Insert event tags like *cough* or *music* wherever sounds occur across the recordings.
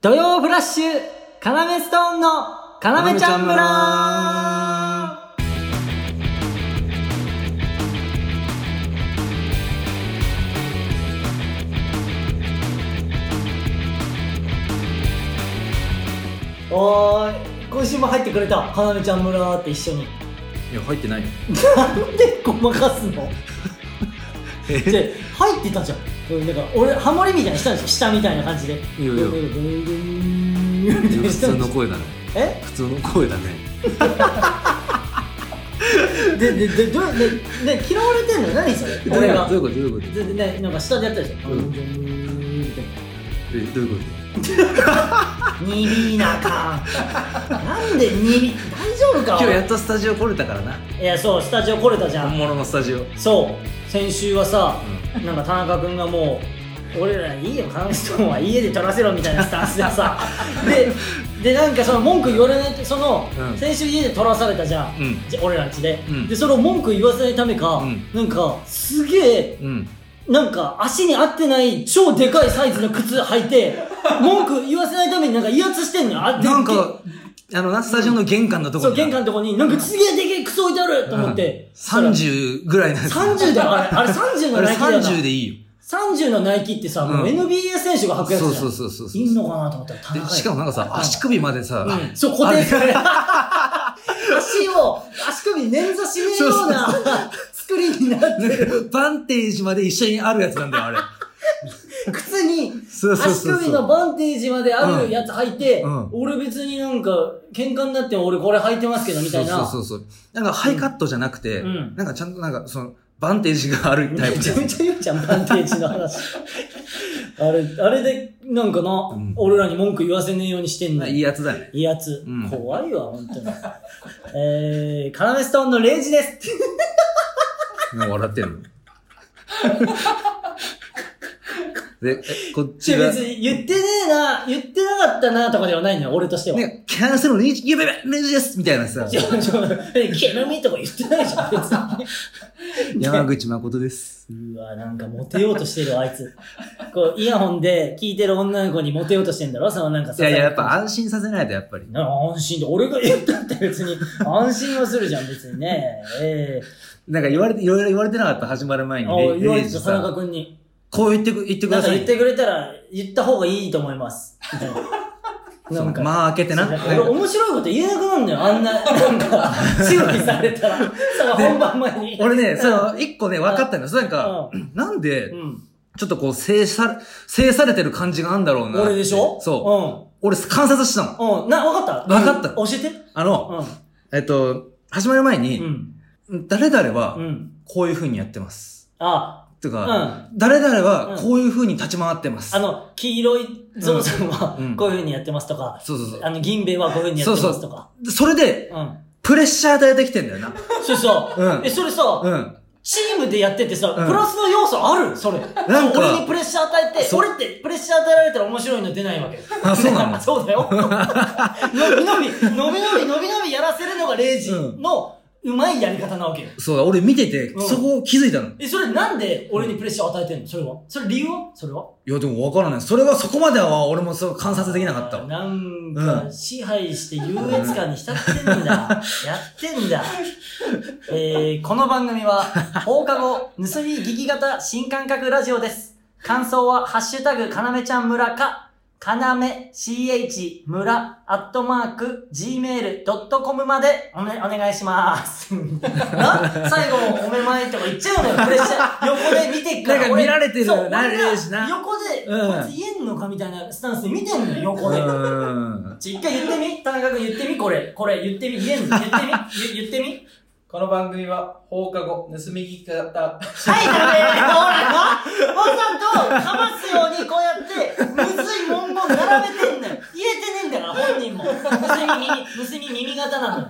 土曜フラッシュ、カナメストーンのカナメちゃん村おーい、今週も入ってくれた、カナメちゃん村って一緒に。いや入ってないよなんでごまかすのえで入ってたじゃんこれなんか俺ハモリみたいにしたんでしょ下みたいな感じでいやいやみたいな普した通んでのしょ声だねえ普通の声だねでででどうでで嫌われてんの何それ俺がどういうことどういうことでででなんか下でやったでしょうんみたいえどういうこなにびなかなんでにび大丈夫とか今日やっとスタジオ来れたからないやそうスタジオ来れたじゃ本ん物のスタジオ、うん、そう先週はさなんか田中君がもう俺らいいよカンストーンは家で撮らせろみたいなスタンスで *laughs* さででなんかその文句言われないその、うん先週家で撮らされたじゃん、うんじゃ俺らんちで、うんでそれを文句言わせないためか、うんなんかすげえうんなんか足に合ってない超でかいサイズの靴履い *laughs* て文句言わせないためになんか威圧してんのよあでなんかあのなスタジオの玄関のとこそろう玄関のとこになんかすげえでけえ靴置いてあると思って、三十30ぐらいのやつ30だよあれあれ30のあれナイキだよな30でいいよ30のナイキってさ、もううん NBA 選手が履くやつじゃそん。うそうそうそうそういんのかなと思ったら高いでしかもなんかさ足首までさ、うん、そう、固定される足を、足首に捻挫しねえようなそ作りになってなんる。か *laughs* バンテージまで一緒にあるやつなんだよあれ靴に、そうそう足そうそう首のバンテージまであるやつ履いて、うんうん俺別になんか、喧嘩になっても俺これ履いてますけど、みたいな。そうそうそうそうなんかハイカットじゃなくて、うんなんかちゃんとなんかそのバンテージがあるタイプめじ *laughs* ちゃゃめちゃ言うじゃん、バンテージの話。あれ、あれで、なんかな、ん俺らに文句言わせねえようにしてんのいいやつだね威圧、うん怖いわ本当に *laughs* えー、カナメストーンのレイジですなんか笑って *laughs* んの。で、えこっちが、別に言ってねえな言ってなかったなとかではないのよ俺としては、ね、キャンセルの日、やべやべ、レジですみたいな *laughs* さち、ょちょ *laughs* 煙とか言ってないじゃん *laughs* 別に山口誠です。うわ、なんかモテようとしてるわあいつ。こう、イヤホンで聞いてる女の子にモテようとしてんだろそのなんかいやいや、やっぱ安心させないと、やっぱり。な安心で、俺が言ったって別に安心をするじゃん、別にね。えなんか言われて、いろいろ言われてなかった、始まる前えに。あレ言われてレイジた、さ田中君に。こう言ってく、言ってくなだんかさい。言ってくれたら、言った方がいいと思います。みたいな。 *laughs* そなのんか。まあ開けてな。そうなん俺か面白いこと言えなくなるんだよ。あんな、なんか、注意されたら、その本番前に。俺ね、その、一個ね、分かったのよ。そうなんかう、なんでう、ん。ちょっとこう、制さ、制されてる感じがあるんだろうな。俺でしょそう。俺、観察したの。う。うん。うん。な、わかったわかった教えて。あの、えっと、始まる前うん。うに、ん。誰々はう、ん。こういう風にやってます。あ、とうか、ん。誰々うんはこういう風に立ち回ってます。あの、黄色いゾウさんはうん、こういう風にやってますとか、そうそうそあの、銀兵衛はこういう風にやってますとか。う。それで、うん。プレッシャー与えてきてんだよな。そうそうう。んえ、それさ、うん。チームでやっててさ、うんプラスの要素あるそれ。なんか俺にプレッシャー与えて、そう俺ってプレッシャー与えられたら面白いの出ないわけ。あそうな *laughs* のそうだ *laughs* よ。のびのび、のびのび、のびのびやらせるのがレイジのうまいやり方なわけよ。そうだ、俺見ててう、んそこを気づいたの。いえ、それなんで俺にプレッシャー与えてんのそれはそれ理由はそれはや、でもわからない。それはそこまでは俺もそう観察できなかったわ。なんか、うん支配して優越感に浸ってんだ。やってんだ。えー、この番組は、放課後、盗み聞き型新感覚ラジオです。感想は、ハッシュタグ、かなめちゃん村か、かなめ ch 村アットマーク gmail.com までお,、ね、お願いします。 *laughs* な最後もおめまいとか言っちゃうのよ、プレッシャー。横で見てっから。なんか見られてるそう俺が慣れるしな横で、うんこいつ言えんのかみたいなスタンスで見てんのよ、う横で。ん。ちょ一回言ってみ田中君言ってみこれ。これ言ってみ。言え *laughs* んの言ってみ言言ってみこの番組は放課後盗み聞き型はい、ダメほらなわざとかますようにこうやって、むずい文言並べてんのよ。言えてねえんだから、本人も。むすみ耳、むすみ耳型なのよ。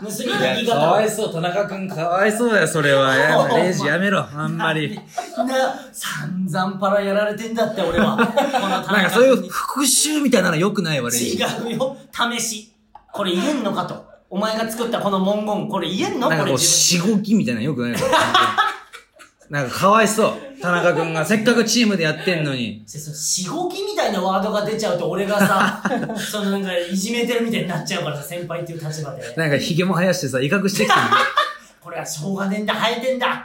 むすみ耳かわ型。いそう、田中くんかわいそうだよ、それは。や *laughs* だお前レイジやめろ、あんまり。な、散々パラやられてんだって、俺は。この田なんか中そうい君う復讐みたいなの良くないわ、レイジ。に。違うよ。試し。これ言えんのかと。お前が作ったこの文言、これ言えんのなんこかれこう、自 *laughs* しごきみたいなの良くないわ。なんかかわいそう。田中くんがせっかくチームでやってんのに。そのしごきみたいなワードが出ちゃうと俺が *laughs* さ、そのなんかいじめてるみたいになっちゃうからさ、先輩っていう立場で。なんかヒゲも生やしてさ、威嚇してきてる。これはしょうがねえんだ、生えてん *laughs* だ。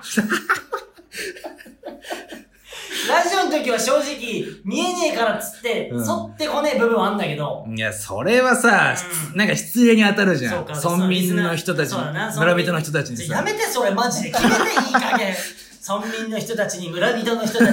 ラジオの時は正直、見えねえからっつって、うん剃ってこねえ部分はあんだけ *laughs* ど、いや、それはさ、うなんか失礼に当たるじゃ。そうんか村民の人たち、そうだな村人の人たちにちょやさ。めてそれマジで。決めていい加減。村民の人たちに、村人の人た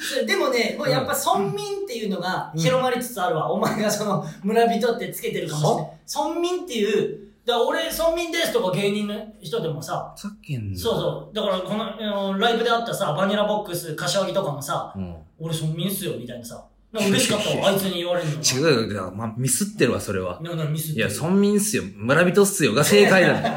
ちに。 *laughs* でもね、もうやっぱ村民っていうのが広まりつつあるわ。お前がその村人ってつけてるかもしれない。村民っていう、だから俺村民ですとか芸人の人でもさ、ふざけんな。そうそう。だからこのあの、ライブであったさ、バニラボックス、柏木とかもさ、うん。俺村民っすよ、みたいなさ。なんか嬉しかった *laughs* わ、あいつに言われるのが。違うよだから。まあ、ミスってるわ、それは。なんかミスっいてや、る。村民っすよ。村人っすよ。が正解な *laughs* んだよ。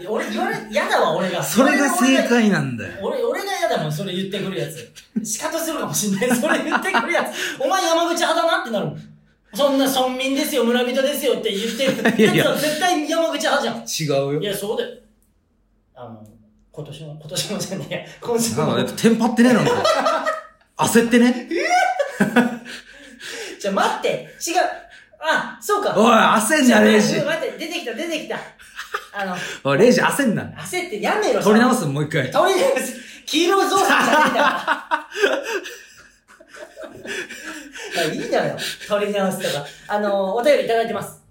で俺言われ、嫌だわ、俺が。それが正俺解なんだよ。俺、俺が嫌だもん、それ言ってくるやつ。仕方するかもしんない、それ言ってくるやつ。お前山口派だなってなるもん。そんな村民ですよ、村人ですよって言ってるいやいややつは絶対山口派じゃ違うよん。い。や、そうだよ。あの、今年も、今年もじゃねえや、今週なんもか。やっぱテンパってねえなんだよ。焦ってね。じゃ、待って、違う。あ、そうか。おい、焦んな、レイジちょ。待って、出てきた、出てきた。あの、おい、レイジ焦んな。焦ってやめろ。取り直す。す、もう一回。取り直す。黄色いゾウさんじゃねえんだから。まあいいだよ。取り直すとか。あの、お便りいただいてます。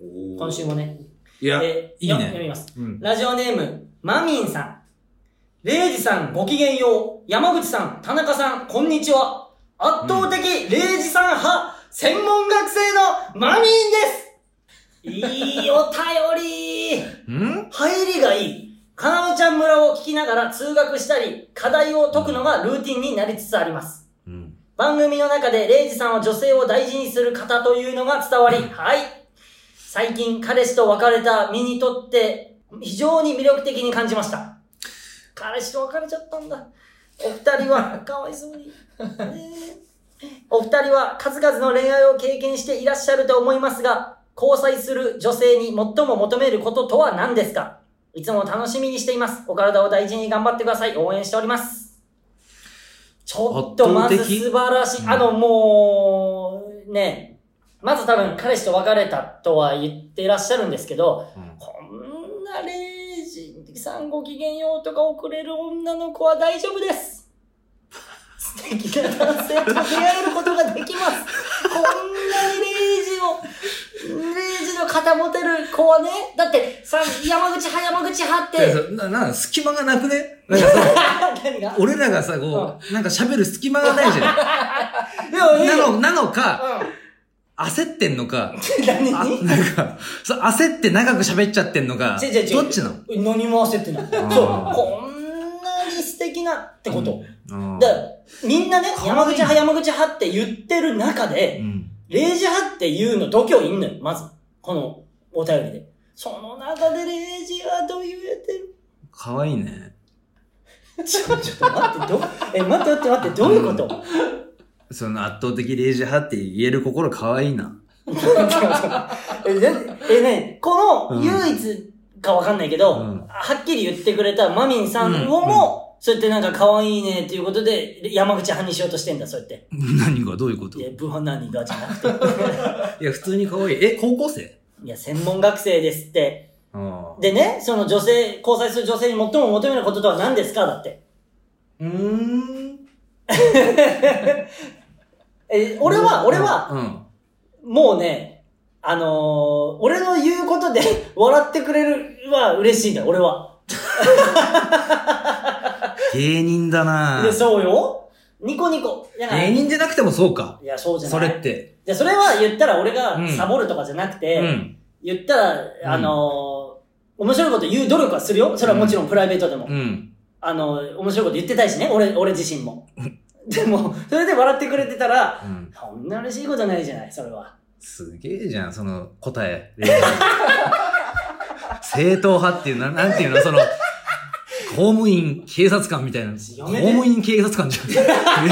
今週もね。いや、えいーいよ読ね。みます。うん。ラジオネーム、マミンさん。レイジさん、ごきげんよう。山口さん、田中さん、こんにちは。圧倒的レイジさん派、専門学生のマミンです。いいお便りうん入りがいい。かなおちゃん村を聞きながら通学したり、課題を解くのがルーティンになりつつあります。うん。番組の中で、レイジさんは女性を大事にする方というのが伝わり、はい。最近、彼氏と別れた身にとって、非常に魅力的に感じました。彼氏と別れちゃったんだ。お二人は、 *laughs* かわいそうに。お二人は数々の恋愛を経験していらっしゃると思いますが、交際する女性に最も求めることとは何ですかいつも楽しみにしています。お体を大事に頑張ってください。応援しております。ちょっとまず圧倒的素晴らしい。あの、もう、ね、まず多分彼氏と別れたとは言ってらっしゃるんですけど、こんなレイジさんご機嫌ようとか遅れる女の子は大丈夫です。素敵な男性と出会えることができます。こんなにレイジを、レイジの肩持てる子はね、だって、さ山口派山口派っいやて、そな、な、隙間がなくねなんかさ、 *laughs* 何が俺らがさ、こう、なんか喋る隙間がないじゃん。いやい *laughs* いなよの、なのか、う焦ってん *laughs* のか、ん。何あなんか、そう焦って長く喋っちゃってんのか、違う違う違うどっちなの何も焦ってない。ーそう。こんなに素敵なってこと。うんだからみんなね、山口派山口派って言ってる中で、うん。レイジ派っていうの度胸いんのよ、まず。このお便りで。その中でレイジはどう言えてるかわいいね。ちょ、ちょっと待って、ど、え、待って待って待って、どういうことその圧倒的レイジ派って言える心かわいいな。え、なん *laughs* え、ね、こうのん唯一かわかんないけど、うんはっきり言ってくれたマミンさんをも、そうやってなんか可愛いねっていうことで、山口派にしようとしてんだ、そうやって。 *laughs* 何がどういうこといやい、ブハ何がじゃなくて。 *laughs* や、普通に可愛い。え、高校生いや、専門学生ですって。ああ。でね、その女性、交際する女性に最も求めることとは何ですかだって。うーん。え、俺は、俺は、うん。もうね、あのー、俺の言うことで *laughs* 笑ってくれるは嬉しいんだよ、俺は。芸人だなで、そうよ。ニコニコ。だから芸人じゃなくてもそうか。いや、そうじゃない。それって。で、それは言ったら俺がうんサボるとかじゃなくうて、ん。言ったら、あのー、面白いこと言う努力はするよ。それはもちろんプライベートでも。うん。あのー、面白いこと言ってたいしね、俺、俺自身 *laughs* も。でも、それで笑ってくれてたら、うん。そんな嬉しいことないじゃない、それは。すげえじゃん、その答 *laughs* え。レイジ正統派っていうのは、なんていうの、その、公務員、警察官みたいな。公やめて務員、警察官じゃん。 *laughs* イメ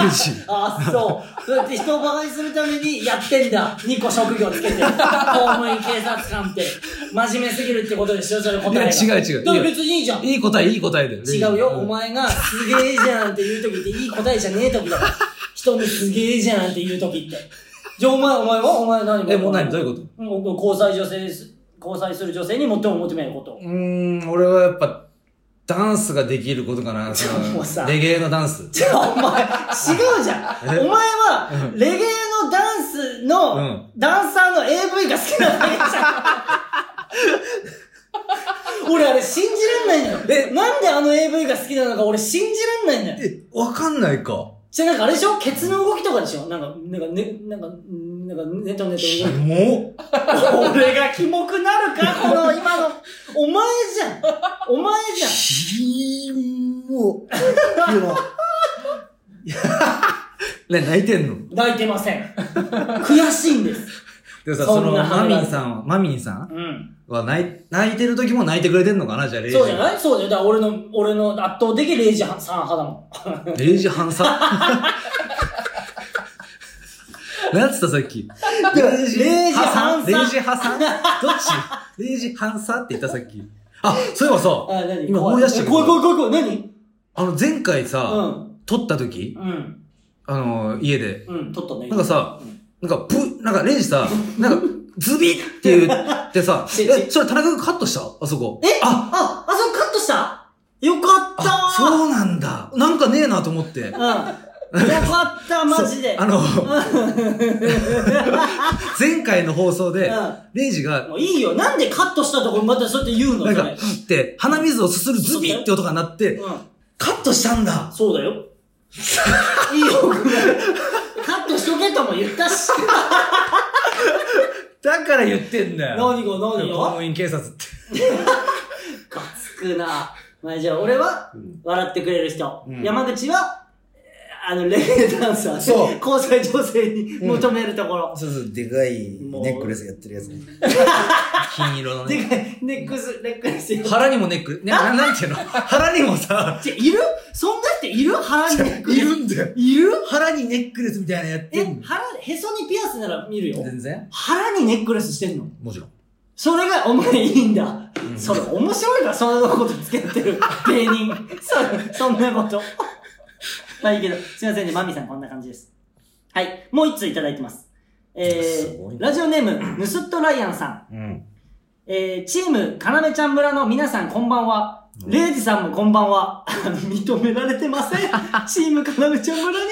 ージ。あ、そう。そうやって人を馬鹿にするためにやってんだ。2個職業つ *laughs* けて。公務員、警察官って。真面目すぎるってことでしょ、それ答えが。いや違う違うだから別にいいじゃん。いい答え、いい答えだよ。違うよ、んお。前がすげえじゃんって言うときっていい答えじゃねえときだから。人にすげえじゃんって言うときって。じゃあお前、お前はお前何え、もう何どういうことうん僕交際女性です。交際する女性に最も求めること。うーん、俺はやっぱ、ダンスができることかな。ちょもうさレゲエのダ *laughs* ンス。じゃあお前、違うじゃん。えお前は、レゲエのダンスの、うんダンサーの AV が好きなだけ *laughs* じゃん。俺あれ信じらんないんだよ。えなんであの AV が好きなのか俺信じらんないんだよ。え、わかんないか。じゃあなんかあれでしょケツの動きとかでしょなんか、なんかね、なんか、んなんかネトネトキ動く。モ俺がキモくなるかこの今の。お前じゃんお前じ *laughs* ゃんキモいや。ね、泣いてんの泣いてません。悔しいんです。でもさ、そそんの、なマミンさんは、マミンさんうん。は泣い、泣いてる時も泣いてくれてんのかなじゃあ、レイジ。そうじゃないそうじゃん。だから俺の、俺の圧倒的レイジさん派だもレイジ *laughs* 反射何つったさっき。レイレイジハサ反ン射レイジハサンどっちレイジ反射って言ったさっき。あ、そういえばさん。、あ、何今思い出したけど怖い怖い怖い怖い。何あの前回さ、う撮った時、ん。うん。あの、家で、うん。取ったね。なんかさうん、なんか、ぷ、なんか、レイジさ、なんか、ズビって言っ *laughs* てさ、ちちえ、それ田中君カットしたあそこ。えあ、あ、あ、そこカットしたよかったあ、そうなんだ。なんかねえなと思って。うん。よかった、マジで。そうあの、前回の放送でうん、レイジが、もういいよ。なんでカットしたとこまたそうやって言うのなんそか、れ。って、鼻水をすするズビって音が鳴って、うカットしたんだん。そうだよ。いいよ、僕もカットしとけとも言ったし。だから言ってんだよ。何が公何が務員警察って。ガつくな。まあじゃあ、俺は、笑ってくれる人。うん山口は、えーあの、レゲエダンサー。そう交際女性に求めるところ。そうそう、でかいネックレスやってるやつね。金色のでね。かい、ネックス、ネックレス。腹にもネック、ね、ななんていうの腹にもさ、ちいるそんな人いる腹にネックレス。んだよ。いる腹にネックレスみたいなのやっえてん、の腹、へそにピアスなら見るよ。全然腹にネックレスしてんのもちろん。それがお前いいんだ。それ面白いからそんなことつけてる芸 *laughs* 人。そ、そんなこと。まあいいけど、すいませんね、マミさんこんな感じです。はい、もう一ついただいてます。えすごいー、ラジオネーム、ぬすっとライアンさん。うん。えー、チーム、かなめちゃん村の皆さんこんばんは。レイジさんもこんばんは。 *laughs* 認められてま *laughs* せん。チーム、かなめちゃん村に。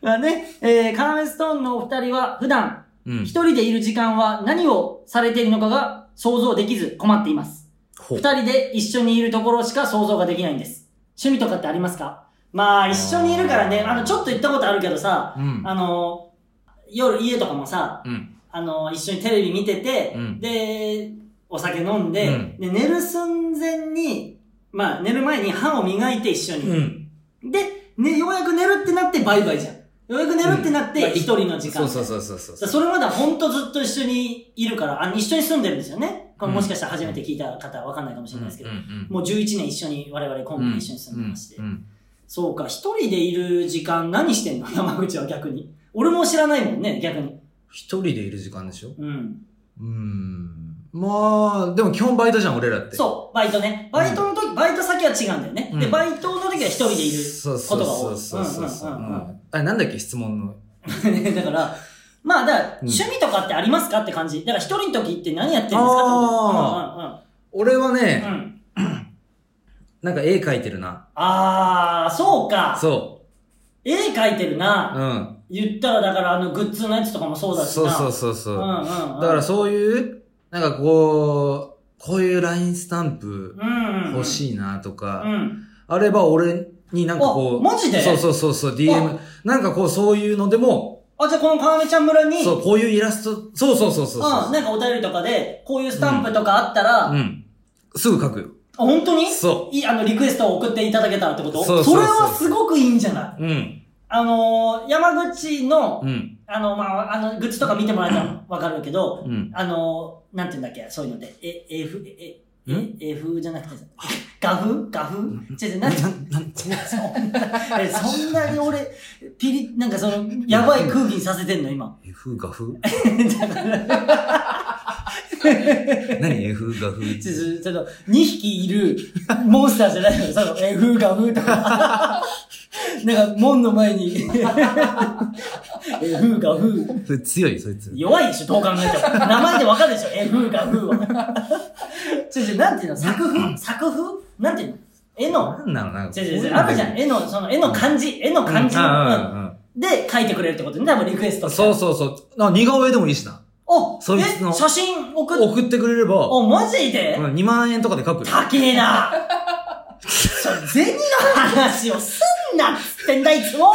まあね、えー、かなめストーンのお二人は普段、うん一。人でいる時間は何をされているのかが想像できず困っています。ほ二人で一緒にいるところしか想像ができないんです。趣味とかってありますかまあ、一緒にいるからね、あの、ちょっと行ったことあるけどさ、うん。あの、夜家とかもさ、うん。あの、一緒にテレビ見てて、うんで、お酒飲んで、うんで、寝る寸前に、まあ、寝る前に歯を磨いて一緒に。うん。で、ね、ようやく寝るってなってバイバイじゃん。ようやく寝るってなってうんまあ一人の時間。そうそうそうそうそう。だからそれまでは本当ずっと一緒にいるから、あの一緒に住んでるんですよね。これもしかしたら初めて聞いた方はわかんないかもしれないですけど、うんうんもう11年一緒に我々コンビで一緒に住んでまして。うんうんそうか、一人でいる時間何してんの山口は逆に。俺も知らないもんね、逆に。一人でいる時間でしょうん。うーん。まあ、でも基本バイトじゃん、俺らって。そう、バイトね。バイトの時、バイト先は違うんだよね。うんで、バイトの時は一人でいるそうこそとうが多い。そうそうそうそう。うんうんうんうんうんあれ、なんだっけ、質問の。ね *laughs* だから、まあ、だから、うん趣味とかってありますかって感じ。だから、一人の時って何やってるんですかってこと。うんうん俺はね、うん。うん。なんか絵描いてるな。あー、そうか。そ絵描いてるう。な。うん。言ったら、だから、あの、グッズのやつとかもそうだしそうな。そうそうそうう。んうんうん。だから、そういう、なんかこう、こういうラインスタンプうん、うん。欲い。しいなとか、うん。あれば俺になんかこあう、マジでそうそうそうそう、DM、なんかこうそういうのでも、あ、じゃあ、このかなめちゃん村に、そう、こういうイラスト、そうそうそうそうそううん、なんかお便りとかで、こういうスタンプとかあったら、あ、うん。すぐ書くよ。本当にそいい、あの、リクエストを送っていただけたらってことそうそうそう。れはすごくいいんじゃないううん。あのー、山口の、うん。あの、まあ、あの、 *laughs* グッズとか見てもらえたらわかるけど、うん。あの、なんて言うんだっけ、そういうので、え、え、ふえ、んえ、え風じゃなくて、画風画風違う違う、なんて、なんてそんな、え、そんなに俺、ピリ、なんかその、やばい空気にさせてんの、今。 ?F 画風だから、何 ?F 画風ちょっと、ちょっと、2匹いるモンスターじゃないのよ、その、え、風画風とか。なんか、門の前に、 *laughs* え、風画風。それ強い、そいつ。弱いでしょ、どう考えても。名前でわかるでしょ、え、風が風は。 *laughs* ちょちょ、なんていうの作風作風なんていうの絵の。なんなのなんか。違う違う違う、あるじゃん。絵の、その絵の漢字、絵の漢字うんうの。んうんで、書いてくれるってことね、多分リクエスうトん。そうう。そうそう。な似顔絵でもいいしな。お、そいつえ、の写真送っ送ってくれれば、お、マジでうん2万円とかで書くよ。高えな。 *laughs* それ銭の話をすんなっつってんだ、いつ *laughs* も。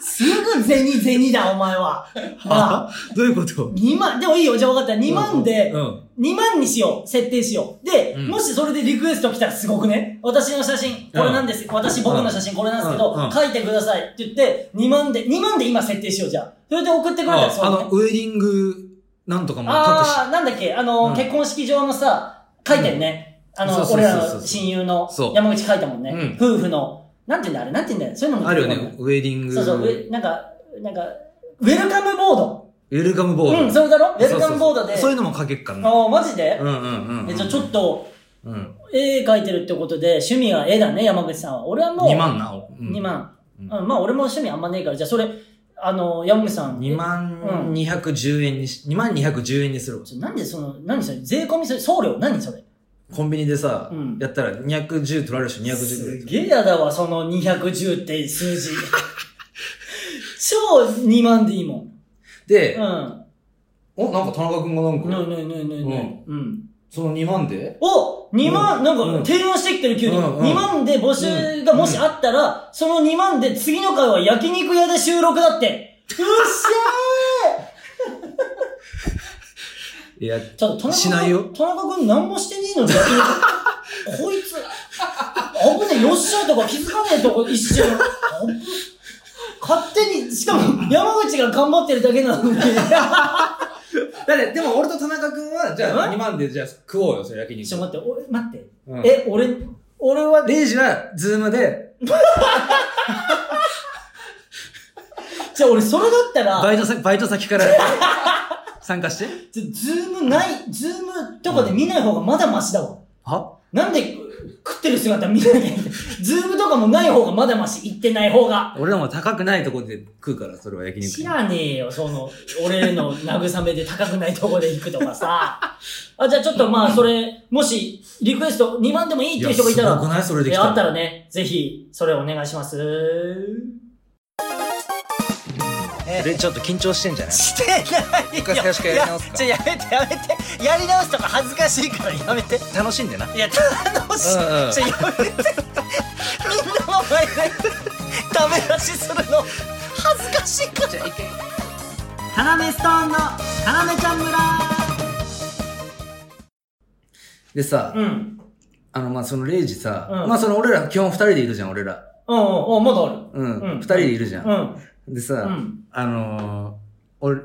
すぐ銭銭だ、お前は。まあ、あどういうこと2万、でもいいよ、じゃあ分かった。2万でう、ん。 2万にしよう、設定しよう。で、うんもしそれでリクエスト来たらすごくね、私の写真、これなんです、私僕の写真これなんですけど、うんうん書いてくださいって言って、2万で、2万で今設定しよう、じゃあ。それで送ってくれたらあそうあだねの、ウェディングなんとかも書くし。あー、なんだっけ、あの、うん結婚式場のさ、書いたよね。あのそうそう俺そうらそうの親友のそう山口書いたもんね。うん夫婦の、なんて言うんだ、あれ、なんて言うんだよ。そういうのもあるよ出てこね、ウェディンなグ。いそうそう、ウェなんか、なんか、ウェルカムボード。ウェルカムボード。うん、それだろウェルカムボードそうそうで。そうそういうのも書けっからな。あーマジでうんうんうんうん。え、じゃあちょっと、うん。絵描いてるってことで、趣味は絵だね、山口さんは。俺はもう、 2万な。うん2。万。うんうん、まあ俺も趣味あんまねえから、じゃあそれ、あの、山口さん。 2万210円にし、2万210円にするわ。ちょなんでその、何それ、税込みそれ、送料何それコンビニでさうん、やったら210取られるでしょ、210ぐらいす。げえやだわ、その210って数 *laughs* 字。超2万でいいもん。でう、ん。お、なんか田中君がなんぬか、いぬいぬいぬいぬい。うん。その2万でお !2 万、うんなんうかん提案してきてる急に。うんうん2万で募集がもしあったら、その2万で次の回は焼肉屋で収録だ *laughs* って。うっしゃいや、ーちょっと田中君しないよ田中君何もしてねえのに焼肉。こいつ、危ねえ、よっしゃーとか気づかねえとこ一瞬。危ねえ勝手に、しかも山口が頑張ってるだけなのに。だって、でも俺と田中君は、じゃあ2万で、じゃあ食おうよ、それ焼ちょ、肉。待って、俺、待って。うんえ、俺、俺は、レイジは、ズームで、じゃあ俺、それだったら、バイト先、バイト *laughs* 先から参加して。ちょズームない、ズームとかで見ない方がまだマシだわ。はなんで、食ってる姿見ないでズームとかもない方がまだマシ、行ってない方が。俺らも高くないとこで食うから、それは焼知肉。らねえよ、その、俺の慰めで高くないとこで行くとかさ。あ、じゃあちょっとまあ、それ、もし、リクエスト2万でもいいっていう人がいたすごくら、ないそれできえたのあったらね、ぜひ、それお願いします。え、ちょっと緊張してんじゃないしてないよ回最初からやり直すいやちかょやめてやめてやり直すとか恥ずかしいからやめて楽しんでな。いや楽しい、うんうんちょやめてみんなの前でダメ出しするの恥ずかしいからタナメストーンのタナメちゃん村でさ、うんあの、まあ、そのレイジさ、うんまあ、その俺ら、基本二人でいるじゃん、俺ら。うんうんうんまだあうん。う二、ん人でいるじゃん。るうんでさ、うんあのー、俺、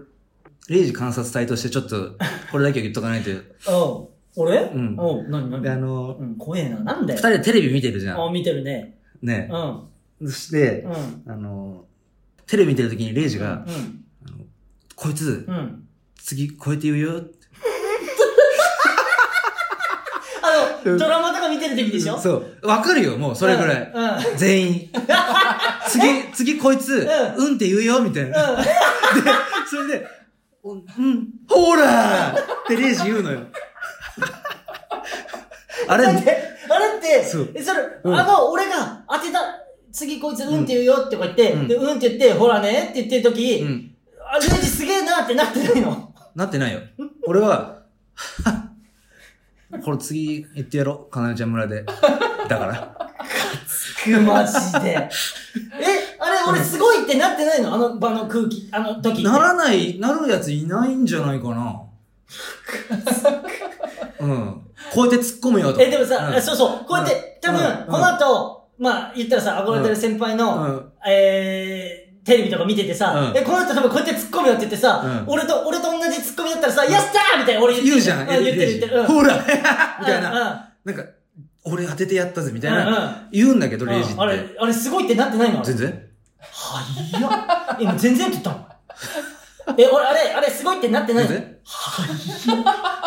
レイジ観察隊としてちょ *laughs* っと、これだけは言っとかないと。うん俺ううんうん何で、あ何のー、うん怖えななんで二人でテレビ見てるじゃあん。見てるねねう。んそしてう、んあのー、テレビ見てる時にレイジが、うんこいつ、うん次、こうやって言うよって。あうの、んドラマとか見てる時でしょそう。わかるよ、もう、それぐらい。うん。うん。全員。 *laughs* 次、次こいつ、ううんって言うよ、みたいな。で、 *laughs* それで、おうん、ほーらーってレイジ言うのよ。 *laughs* あれだって、あれって、そうえそれ、うんあの、俺が当てた、次こいつうんって言うよってこう言って、うんで、うんって言って、ほらねって言ってる時、うん、あ、レイジすげえなってなってない *laughs* の。なってないよ。俺は、 *laughs* これ次言ってやろう、かなえちゃん村で。だから。く、マジで。え、あれ、俺すごいってなってないのあの場の空気、あの時って。ならない、なるやついないんじゃない *laughs* かな。うん。こうやって突っ込むよとか。え、でもさ、うんあそうそう、こうやって、多うん分、うんこの後、まあ、言ったらさ、憧れてる先輩の、うんえー、テレビとか見ててさ、うんえ、この人多分こうやってツッコミよって言ってさ、うん俺と、俺と同じツッコミだったらさ、やったーみたいな俺言って言うじゃん。言ってる言ってる。うんほらみたいな。な。なんか、俺当ててやったぜ、みたいうんな。言うんだけうど、んレイジっあれて。、あれすごいってなってないの全然はいや。今全然って言ったの。え、俺、あれ、あれすごいってなってない全の然 *laughs*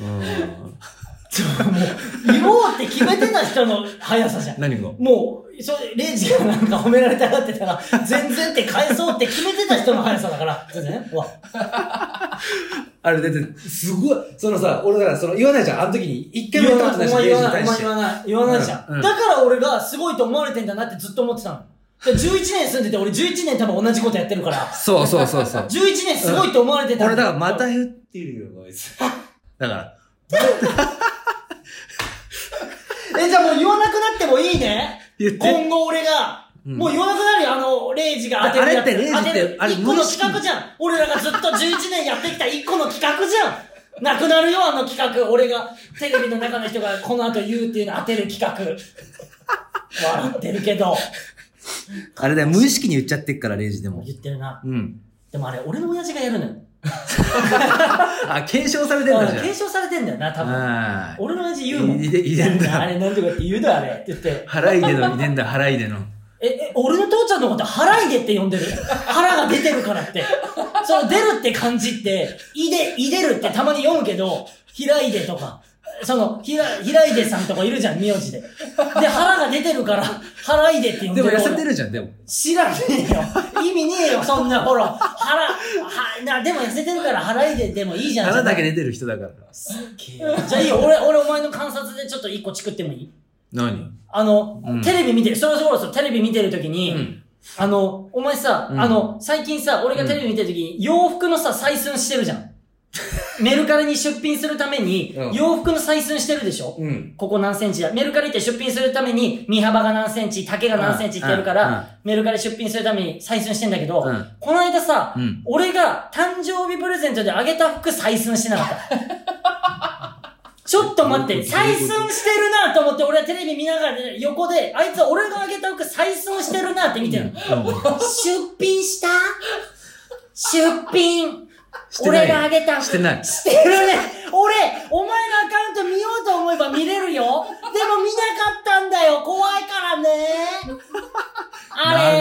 うんちょもう、言おうって決めてた人の速さじゃん。何がもう、それレイジがなんか褒められたがってたら、全然って返そうって決めてた人の速さだ *laughs* から、全然。うわ。あれ、だって、すごい、そのさ、俺だから、その、言わないじゃん。あの時に、一回もやったことないし、お前レイ言ジわにない、対お前して言。わない、言わないじゃん。うんうんだから俺がすごいと思われてんだなってずっと思ってたの。で11年住んでて、俺11年多分同じことやってるから、そうそうそ *laughs* うそう。 11年すごいと思われてた俺だから、らまた言ってるよ、こいつ。だから、え、じゃあもう言わなくなってもいいね *laughs* 言って今後俺が、うんもう言わなくなるよ、あの、レイジが当てるやつ。あれってレイジって当てるあれ一個無の意識企画じゃん俺らがずっと11年やってきた一個の企画じゃんなくなるよ、あの企画。俺が、テレビの中の人がこの後言うっていうの当てる *laughs* 企画。笑ってるけど。あれだよ、無意識に言っちゃってっから、レイジでも。言ってるな。うん。でもあれ、俺の親父がやるのよ。あ、継承されてんだからだじゃん。継承されてんだよな、多分。あ俺の親父言うもん。いいでいいでんだなあれ、なんとかって言うだ、あれ。って言ってあ。。払いでの、ねんだ、払いでの。え、え、俺の父ちゃんのこと、腹いでって呼んでる。腹が出てるからって。その出るって漢字って、いで、いでるってたまに読むけど、開いでとか、その、ひら、開いでさんとかいるじゃん、名字で。で、腹が出てるから、腹いでって呼んででる。も、痩せてるじゃん、でも。知らねえよ。意味ねえよ、そんな、ほら。腹、は、な、でも痩せてるから腹いででもいいじゃん。腹だけ出てる人だから。じゃあいいよ、俺、俺お前の観察でちょっと一個チクってもいい何あの、うんテレビ見てる、そろそろそろテレビ見てるときうに、ん。あの、お前さ、うんあの、最近さ、俺がテレビ見てるときに、洋服のさ、採寸してるじゃ *laughs* ん。メルカリに出品するためにう、ん洋服の採寸してるでしょ、うん。ここ何センチだ。メルカリって出品するために、身幅が何センチ、丈が何センチってやるから、うんうんメルカリ出品するために採寸してんだけど、うんこの間さ、うん俺が誕生日プレゼントであげた服採寸してなかった。 *laughs* ちょっと待って、どう採いうことどういうこと寸してるなと思って、俺はテレビ見ながら横で、あいつは俺があげた服採寸してるなって見てるの。出品した出品してない俺があげた服してないしてるね俺お前のアカウント見ようと思えば見れるよでも見なかったんだよ怖いからねあ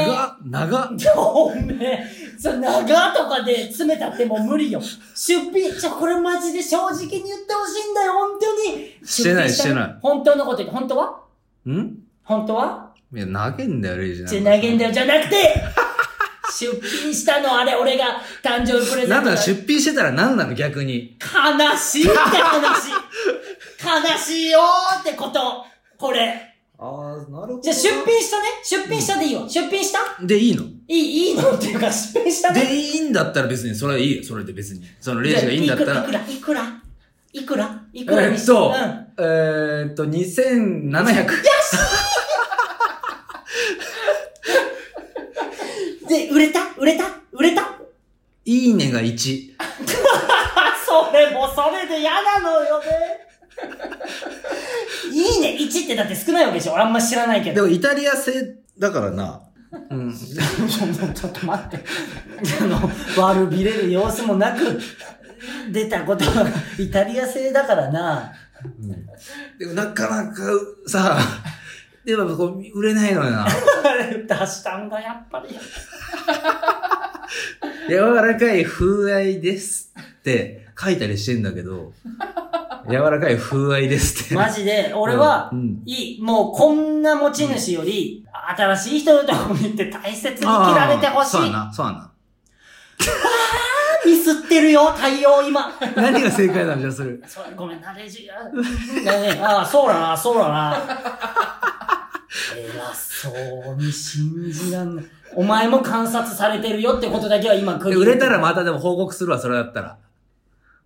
れ長っ長っおめえ、それ長とかで詰めたってもう無理よ。出品、ちょ、これマジで正直に言ってほしいんだよ、本当に。してな出い品してない本当のこと言って、本当はん本当はいや、投げんだよ、レイジ。じゃ、投げんだよ。よ、じゃなくて *laughs* 出品したの、あれ、俺が誕生日プレゼントだ。なんだ、出品してたら何なの、逆に。悲しいって *laughs* 話悲しいよーってことこれ。ああ、なるほじゃ、出品したね出品したでいいよ。出品したで、いいのいい、いいのっていうか、出品したねで、いいんだったら別に、それはいいよ、それで別に。そのレイジがいいんだったら。いくら、いくら、いくら、いくらえにっしとうん、えーっと、2700。で、売れた売れた売れた *laughs* いいねが1。それもそれで嫌なの *laughs* よね。いいね、1ってだって少ないわけでしょ俺あんま知らないけでど。も、イタリア製だからな。うん。 *laughs* ちょっと待って。 *laughs* あの、悪びれる様子もなく、出たことは、イタリア製だからな。でも、なかなか、さ、でも、こう、売れないのよな。あれ、出したんだ、やっぱり。柔らかい風合いですって書いたりしてんだけど、柔らかい風合いですって。マジで、俺はうんうん、いい、もうこんな持ち主より、新しい人のとこに行って大切に切られてほしあーそうやい。な、そうやな。ミスってるよ、対応今。何が正解なんじゃ、 *laughs* それ。それごめんな、レジ。あねああ、そうだな、そうだな。偉そうに信じらんない。お前も観察されてるよってことだけは今で来売れたらまたでも報告するわ、それだったら。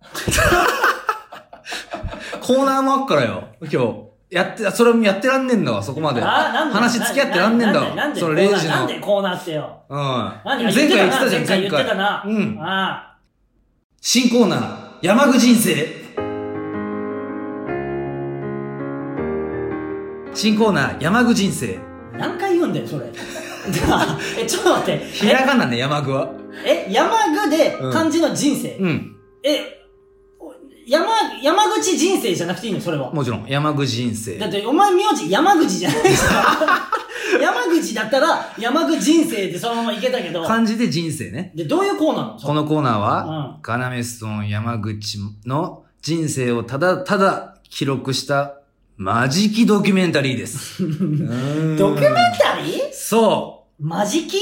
*laughs* コーナーもあっからよ、今日。やって、それもやってらんねえんだわ、そこまで。あなんで話付き合ってらんねえんだななわん、でそのレイジなの。うんで。こうなってよ。何前言ってた回言っなてたじゃん、前回前言って回たな。。うん。ああ。新コーナー、山口人生。新コーナー、山口人生。何回言うんだよ、それ。 *laughs* え、ちょっと待って。 *laughs* ひらがなね、山具は。え、え山具でうん漢字の人生。うん。え、お山、山口人生じゃなくていいのそれは。もちろん、山具人だっ生。て、お前名字山口じゃないじ *laughs* ゃん。山口だったら、山口人生でそのままいけたけど。漢字で人生ね。で、どういうコーナーなのこのコーナーうは、カナメストン山口の人生をただただ記録したマジキドキュメンタリーです。ドドキュメンタリーそマジキ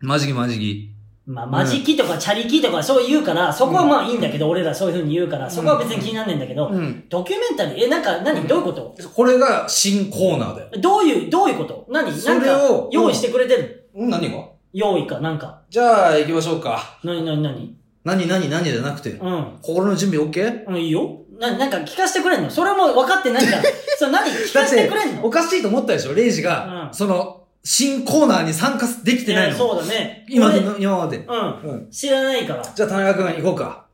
うマジキマジキ。まあ、マジキとかチャリキとかそう言うから、そこはまあいいんだけど、俺らそういう風に言うから、そこは別に気になんないんだけど、うん。ドキュメンタリー、え、なんか、何どういうことこれが新コーナーだよ。どういう、どういうこと何そなんれか、を、用意してくれてるうん。何が用意か、なんか。じゃあ、行きましょうか。なになになに何何何じゃなくて、うん。心の準備 OK? うん、いいよ。な、なんか聞かせてくれんのそれも分かって *laughs* ないから。そう、何聞だかっせててくれん、のおかしいと思ったでしょレイジが、うんその、新コーナーに参加できてないやの。そうだね。今俺の、今まで。うん。うん。知らないから。じゃあ、田中君行こうか。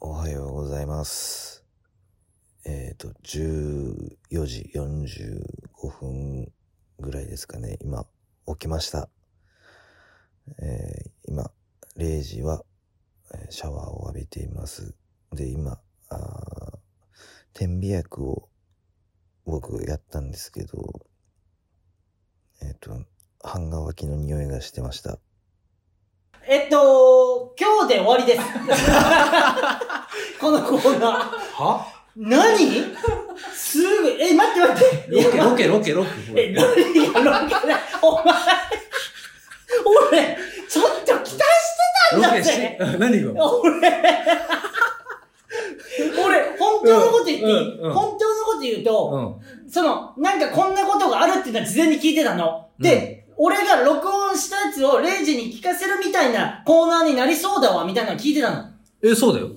おはようございます。えっ、と、14時45分ぐらいですかね。今、起きました。えー今、0時は、えーシャワーを浴びています。で、今、あー天秤薬を僕やったんですけど、えっ、と、半乾きの匂いがしてました。えっと、今日で終わり *laughs* です。 *laughs* このコーナー。は何すぐ、え、待って待って。ロケ、やばロケ、ロケ、ロえ、ケ。何いやロケだお前、俺、ちょっと期待してたんロだケしぜ。、何が俺、俺、本当のこと言っていい、うんうん本当のこと言うと、うん。その、なんかこんなことがあるっていうのは事前に聞いてたの。で、俺が録音したやつを0時に聞かせるみたいなコーナーになりそうだわ、みたいなの聞いてたの。え、そうだよ。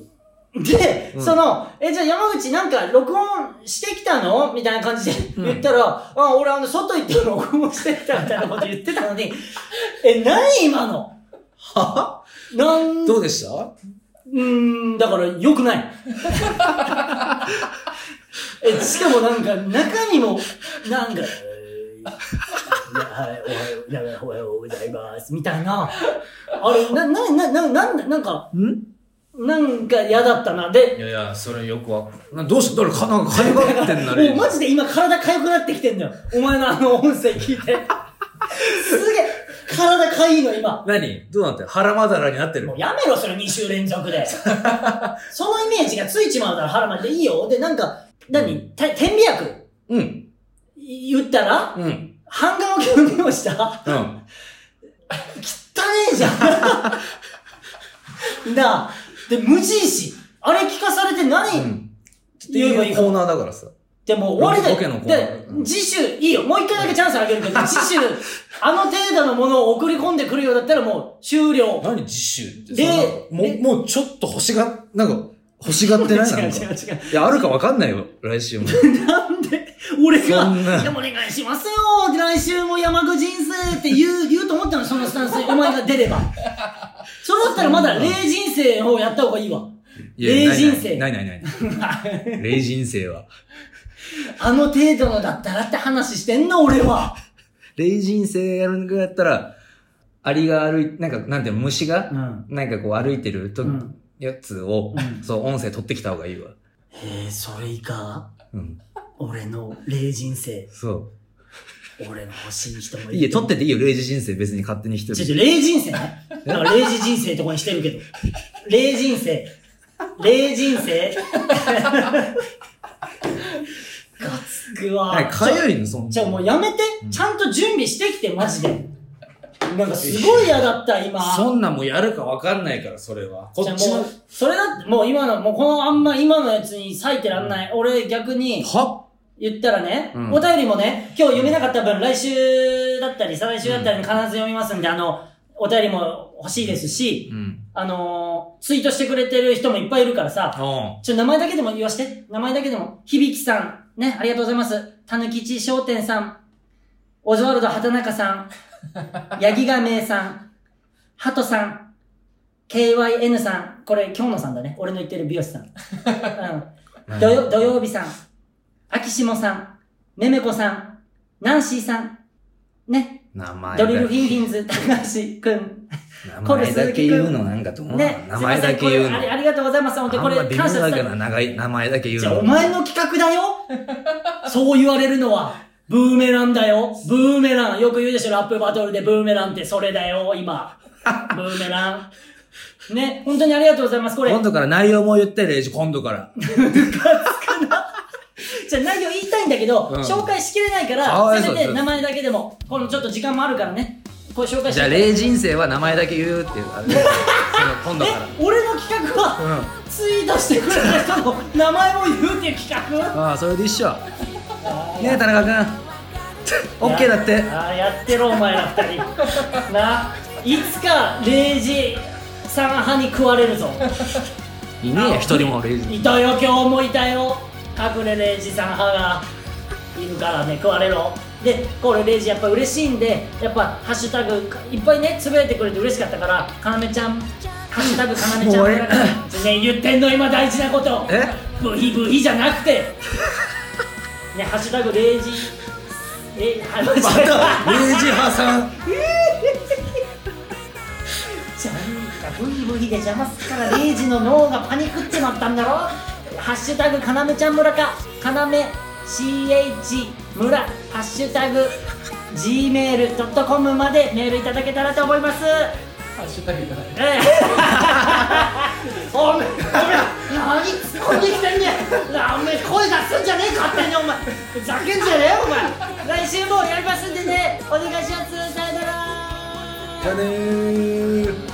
*laughs* で、うんその、え、じゃあ山口なんか録音してきたのみたいな感じで言ったら、あ、俺あの、外行って録音してきたみたいなこと言ってたのに、 *laughs* え、何今のはなん、うどうでしたーん、だから良くない。 *laughs* え、しかもなんか、中にも、なんか、えーいやはい、おはよういや、おはようございます、みたいな。あれ、な、な、な、な、なん、なんか、んなんか嫌だったな。で、いやいや、それよくわなどうしただから、かなんか、会話ってんな、レもイうジ。マジで今体痒くなってきてんだよ。お前のあの音声聞いて。すげえ、体痒いの今。何どうなってる腹まだらになってるもうやめろ、それ2週連続で。そのイメージがついちまうから腹までいいよ。で、なんか、何て天秤薬うん。い言ったら、うん。うん。半顔気味をした。汚ねえじゃん。 *laughs* なあ。で、無印。あれ聞かされて何、うん。言えばいいかコーナーだからさ。でも終わりだロケのよ。コーナーで、次週、いいよ。もう一回だけチャンスあげるけど、 *laughs* 次週、あの程度のものを送り込んでくるようだったらもう終了。何実習ってでそんなでのもう、もうちょっと欲しが、なんか、欲しがってない *laughs* な違う違んうか。違う。いや、あるかわかんないよ、来週 *laughs* も。なんで、俺そがんな、でもお願いしますよ来週も山口人生って言 *laughs* う、言うと思ったの、そのスタンスにお前が出れば。それだったらまだ、霊人生をやった方がいいわ。いや霊人生ないないない *laughs* ない。霊人生は。あの程度のだったらって話してんの、俺は。霊人生やるぐらいだったら、アリが歩い、なんか、なんていうの、虫が、ん。なんかこう歩いてると、うんやつを、うんそう、音声取ってきた方がいいわ。えー、それ以下、うん。俺の霊人生、そ俺の欲しい人もう。いいるいよ、取ってていいよ、霊人生別に勝手に一ちょち人ょ、霊人生ね。だから霊人人生とかにしてるけど。霊人生。霊人生。ガツくわ。はい、かゆいの、そんな。じゃあもうやめて、ちゃんと準備してきて、マジで。なんかすごい嫌だった、今。そんなんもうやるかわかんないから、それは。こじゃっあちものう、、それだって、もう今の、もうこのあんま今のやつに割いてらんない。俺逆には言ったらね、うんお便りもね、今日読めなかった分、来週だったり、再来週だったりに必ず読みますんで、あの、お便りも欲しいですし、うん。あのー、ツイートしてくれてる人もいっぱいいるからさ、あちょ、名前だけでも言わして。名前だけでも。響さん。ね、ありがとうございます。たぬきち商店さん。オズワルド畑中さん。ヤギガメイさん。ハトさん。KYN さん。これ、京野さんだね。俺の言ってる美容師さん。うん。土曜土曜日さん。秋下さん。めめこさん。ナンシーさん、ね、名前ドだリけルフィンフィンズ、高橋くん、名コル前鈴木だけ言うのなんかと思うな。ね、名前だけすい言ませんこれあうりの。ありがとうございます。本当にこあんまれ微感妙謝しだてから長い名前だけ言うじゃあ、おの。前の企画だよ *laughs* そう言われるのは。ブーメランだよ。ブーメラン。よく言うでしょ、ラップバトルでブーメランってそれだよ、 *laughs* 今。ブーメラン。ね、本当にありがとうございます。これ、今度から内容も言ってね、今度から。じゃあ内容言いたいんだけど、うん紹介しきれないかかわら、いせそうめてそう名前だけでも、このちょっと時間もあるからね、これ紹介しじてゃあ、霊人生は名前だけ言うっていう。あれその今度えか、俺の企画は、ら。うん。ツイートしてくれた人の名前を言うっていう企画ああ、それで一緒。ねえ、田中君。オッケーだって。ああやってろお前ら二人ないつか0時三派に食われるぞいねえよ、一人も霊人。いたよ今日もいたよ隠れ0時三派がいるからね食われろでこれ0時やっぱ嬉しいんでやっぱハッシュタグいっぱいねつぶやいてくれて嬉しかったからかなめちゃんハッシュタグかなめちゃもんう俺全然言ってんの今大事なことえブヒブヒじゃなくてねハッシュタグ0時えは間違また、えた霊人派さん。じゃあブイブイで邪魔すっからレイジの脳がパニクってまったんだろハッシュタグかなめちゃん村かかなめ CH 村ハッシュタグ gmail.com までメールいただけたらと思いますハッシュタグいただいて。ええおめえおめえ何突っ込んできてんねんおめえ声出すんじゃねえ勝手にお前ふざけんじゃねえよお前来週もやりますんでねお願いしますさよならじゃあねー。